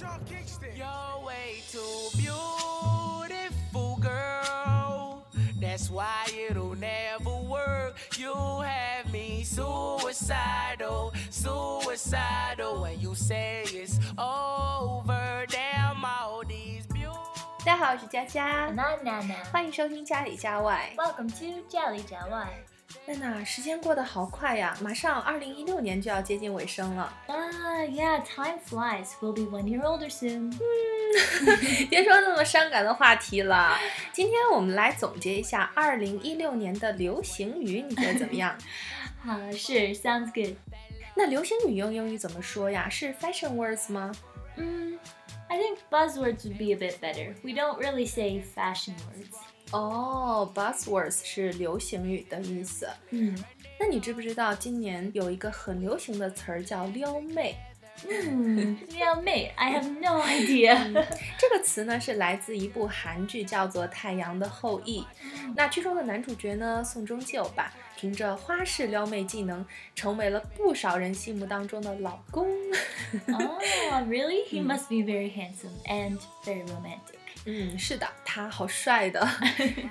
You're way too beautiful, girl. That's why it'll never work. You have me suicidal, suicidal. When you say it's over, damn all these beautiful. 大家好，我是佳佳，娜娜娜欢迎收听家里家外。 ，Welcome to 家里家外娜娜，时间过得好快呀，马上二零一六年就要接近尾声了。 Ah, yeah, time flies. We'll be one year older soon. 别说那么伤感的话题了，今天我们来总结一下二零一六年的流行语，你觉得怎么 样？啊，是，sounds Ah, good. 那流行语用英语怎么说呀？是 fashion words 吗？ Mm, I think buzzwords would be a bit better. We don't really say fashion words. 哦、b u z z w o r d s 是流行语的意思。 Mm. 那你知不知道今年有一个很流行的词儿叫撩妹？ Mm, yeah, mate, I have no idea. 嗯这个词呢是来自一部韩剧，叫做《太阳的后裔》。那剧中的男主角呢宋仲基欧巴，凭着花式撩妹技能，成为了不少人心目当中的老公。 oh, really? He must be very handsome and very romantic. 嗯，是的，他好帅的。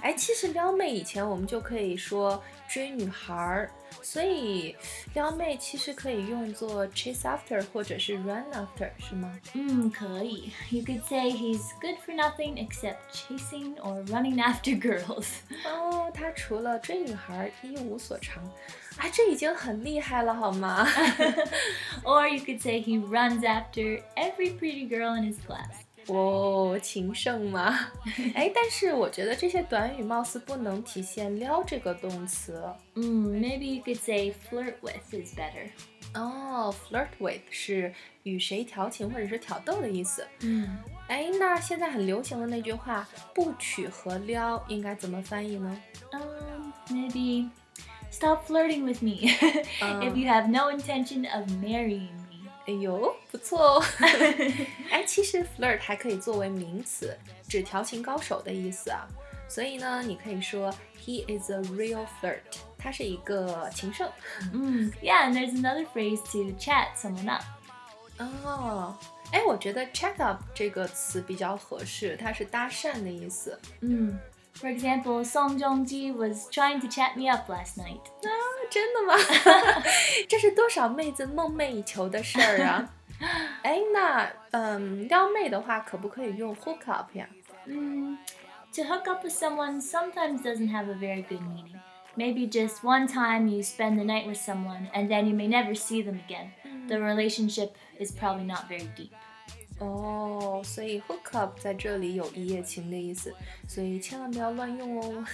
哎，其实撩妹以前我们就可以说追女孩儿，所以撩妹其实可以用作 chase after 或者是 run after，是吗？ Mm, 可以. You could say he's good for nothing except chasing or running after girls. 哦，他除了追女孩儿一无所长，啊，这已经很厉害了，好吗？ Or you could say he runs after every pretty girl in his class. 哦，情圣吗？ 哎，但是我觉得这些短语貌似不能体现“撩”这个动词。 Mm, maybe you could say flirt with is better. 哦、f l i r t with 是与谁调情或者是挑逗的意思。Hmm. 哎，那现在很流行的那句话“不娶和撩”应该怎么翻译呢？ Um, maybe stop flirting with me if Um. you have no intention of marrying me. 哎呦，不错 哦。哎，其实 flirt 还可以作为名词，指调情高手的意思啊。所以呢，你可以说 He is a real flirt，他是一个情圣。 Mm, yeah, and there's another phrase to chat someone up. 哦，哎，我觉得 check up 这个词比较合适，它是搭讪的意思。 Mm. For example, Song Jong-ji was trying to chat me up last night. 啊真的吗？ 这是多少妹子梦寐以求的事儿啊！ 哎，那嗯，撩妹的话，可不可以用 hook up 呀？ Mm, to hook up with someone sometimes doesn't have a very good meaning. Maybe just one time you spend the night with someone and then you may never see them again. 嗯 The relationship is probably not very deep. 哦、所以 hook up 在这里有一夜情的意思，所以千万不要乱用哦。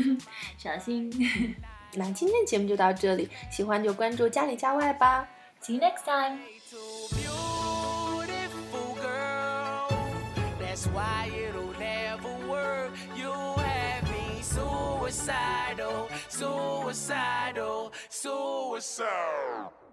小心。那今天节目就到这里，喜欢就关注家里家外吧。 See you next time. Too beautiful, girl. That's why it'll never work. You have me suicidal, suicidal, suicidal.